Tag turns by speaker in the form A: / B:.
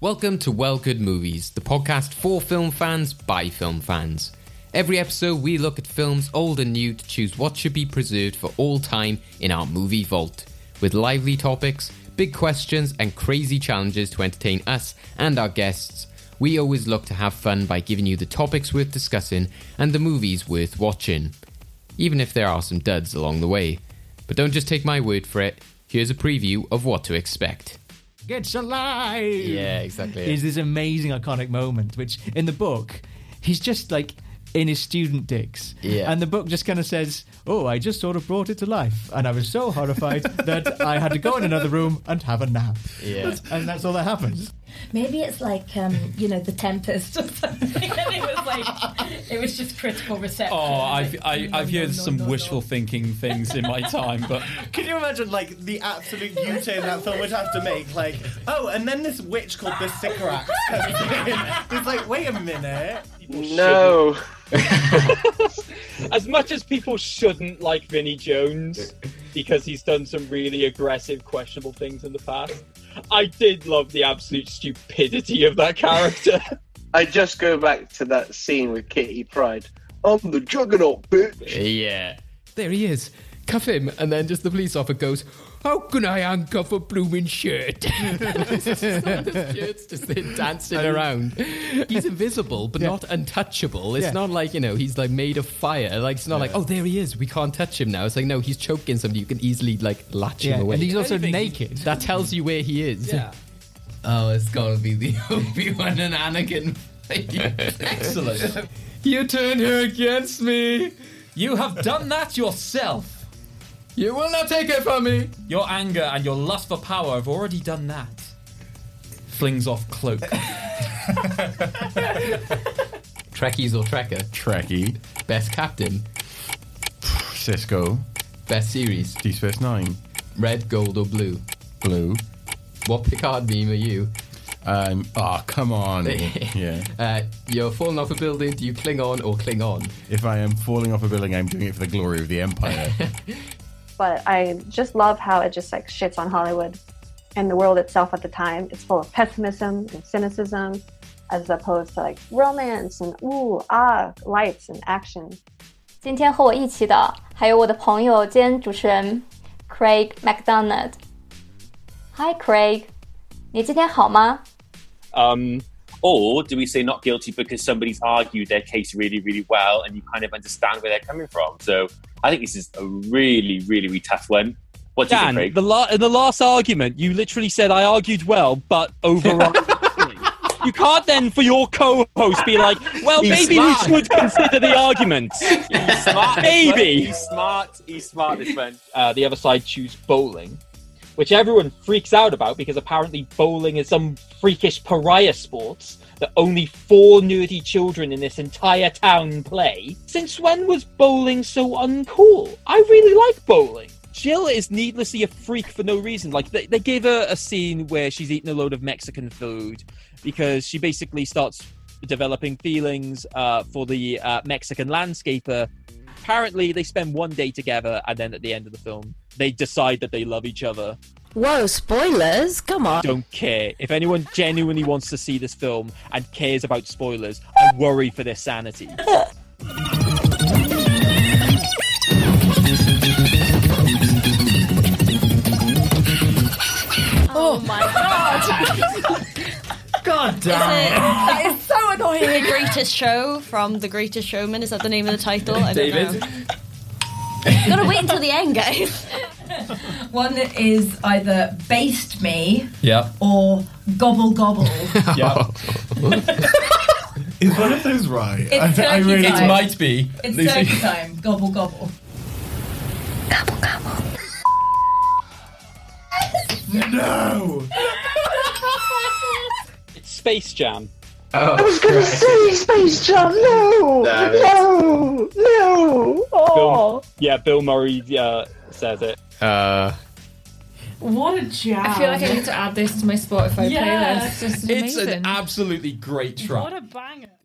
A: Welcome to Well Good Movies, the podcast for film fans by film fans. Every episode, we look at films old and new to choose what should be preserved for all time in our movie vault, with lively topics, big questions, and crazy challenges to entertain us and our guests. We always look to have fun by giving you the topics worth discussing and the movies worth watching, even if there are some duds along the way. But don't just take my word for it, here's a preview of what to expect.
B: It's alive.
A: Yeah, exactly.
B: Is this amazing iconic moment, which in the book, he's just like in his student dicks.
A: Yeah.
B: And the book just kind of says, "Oh, I just sort of brought it to life, and I was so horrified that I had to go in another room and have a nap."
A: Yeah.
B: That's- and that's all that happens.
C: Maybe it's like um, you know, the Tempest or something. and it was like it was just critical reception.
D: Oh,
C: It
D: I've,
C: was like,
D: I,
C: no,
D: I've
C: no,
D: heard
C: no,
D: some
C: no, no.
D: wishful thinking things in my time, but
E: Can you imagine, like, the absolute U-turn that film would have to make? Like, oh, and then this witch called the Sycorax comes in. It's like, wait a minute.
F: No. as much as people shouldn't like Vinnie Jones because he's done some really aggressive, questionable things in the past, I did love the absolute stupidity of that character.
G: I just go back to that scene with Kitty Pride. I'm the juggernaut, bitch.
A: Yeah. There he is. Cuff him. And then just the police officer goes, How can I handcuff a blooming shirt? this shirt's just there dancing around. He's invisible, but not untouchable. It's
B: Yeah.
A: not like, you know, he's like made of fire. Like, it's not like, oh, there he is. We can't touch him now. It's like, no, he's choking somebody. You can easily, like, latch him away.
B: And he's also naked.
A: that tells you where he is. Oh, it's gotta be the Obi Wan and Anakin.
D: excellent.
A: you turned her against me.
D: You have done that yourself.
A: You will not take her from me.
D: Your anger and your lust for power have already done that. Flings off cloak.
A: Trekkies or Trekker?
H: Trekkie,
A: Best captain.
H: Cisco,
A: Best series.
H: D Space Nine,
A: Red, gold, or blue.
H: Blue.
A: What Picard meme are you?
H: Um, oh, come on. yeah.
A: Uh, you're falling off a building. Do you cling on or cling on?
H: If I am falling off a building, I'm doing it for the glory of the Empire.
I: but I just love how it just like shits on Hollywood and the world itself at the time. It's full of pessimism and cynicism as opposed to like romance and ooh ah lights and action.
J: 今天和我一起的还有我的朋友兼主持人 Craig McDonald。Hi Craig，你今天好吗？
F: Um, or do we say not guilty because somebody's argued their case really, really well and you kind of understand where they're coming from? So I think this is a really, really, really tough one. What do you
K: Dan,
F: think, Craig?
K: the la- in the last argument, you literally said I argued well, but overall. You can't then, for your co-host, be like, "Well,
F: He's
K: maybe
F: smart.
K: we should consider the argument."
F: He's smart.
K: Maybe.
F: He's smart. He's smart. This one.
K: Uh, the other side choose bowling, which everyone freaks out about because apparently bowling is some freakish pariah sport that only four nerdy children in this entire town play. Since when was bowling so uncool? I really like bowling. Jill is needlessly a freak for no reason. Like they, they gave her a scene where she's eating a load of Mexican food because she basically starts developing feelings uh, for the uh, Mexican landscaper. Apparently, they spend one day together, and then at the end of the film, they decide that they love each other.
L: Whoa, spoilers! Come on.
K: Don't care. If anyone genuinely wants to see this film and cares about spoilers, I worry for their sanity.
C: Oh my god!
B: God damn.
L: that
C: is so annoying. The Greatest Show from The Greatest Showman is that the name of the title? I don't
F: David?
C: know. Gotta wait until the end, guys. One that is either Baste Me
D: Yeah.
C: or Gobble Gobble. It's
D: Yeah.
H: is one of those right?
C: turkey
D: it
C: time.
D: might be.
C: it's
D: Lucy.
C: turkey time. Gobble Gobble.
H: no!
K: It's Space Jam.
G: I was gonna say Space Jam. No,
H: Damn it.
G: no, no.
K: Bill, yeah, Bill Murray uh, says it.
A: Uh,
L: What a jam!
C: I feel like I need to add this to my Spotify
L: Yeah.
C: playlist. It's,
D: It's an absolutely great track.
L: a banger!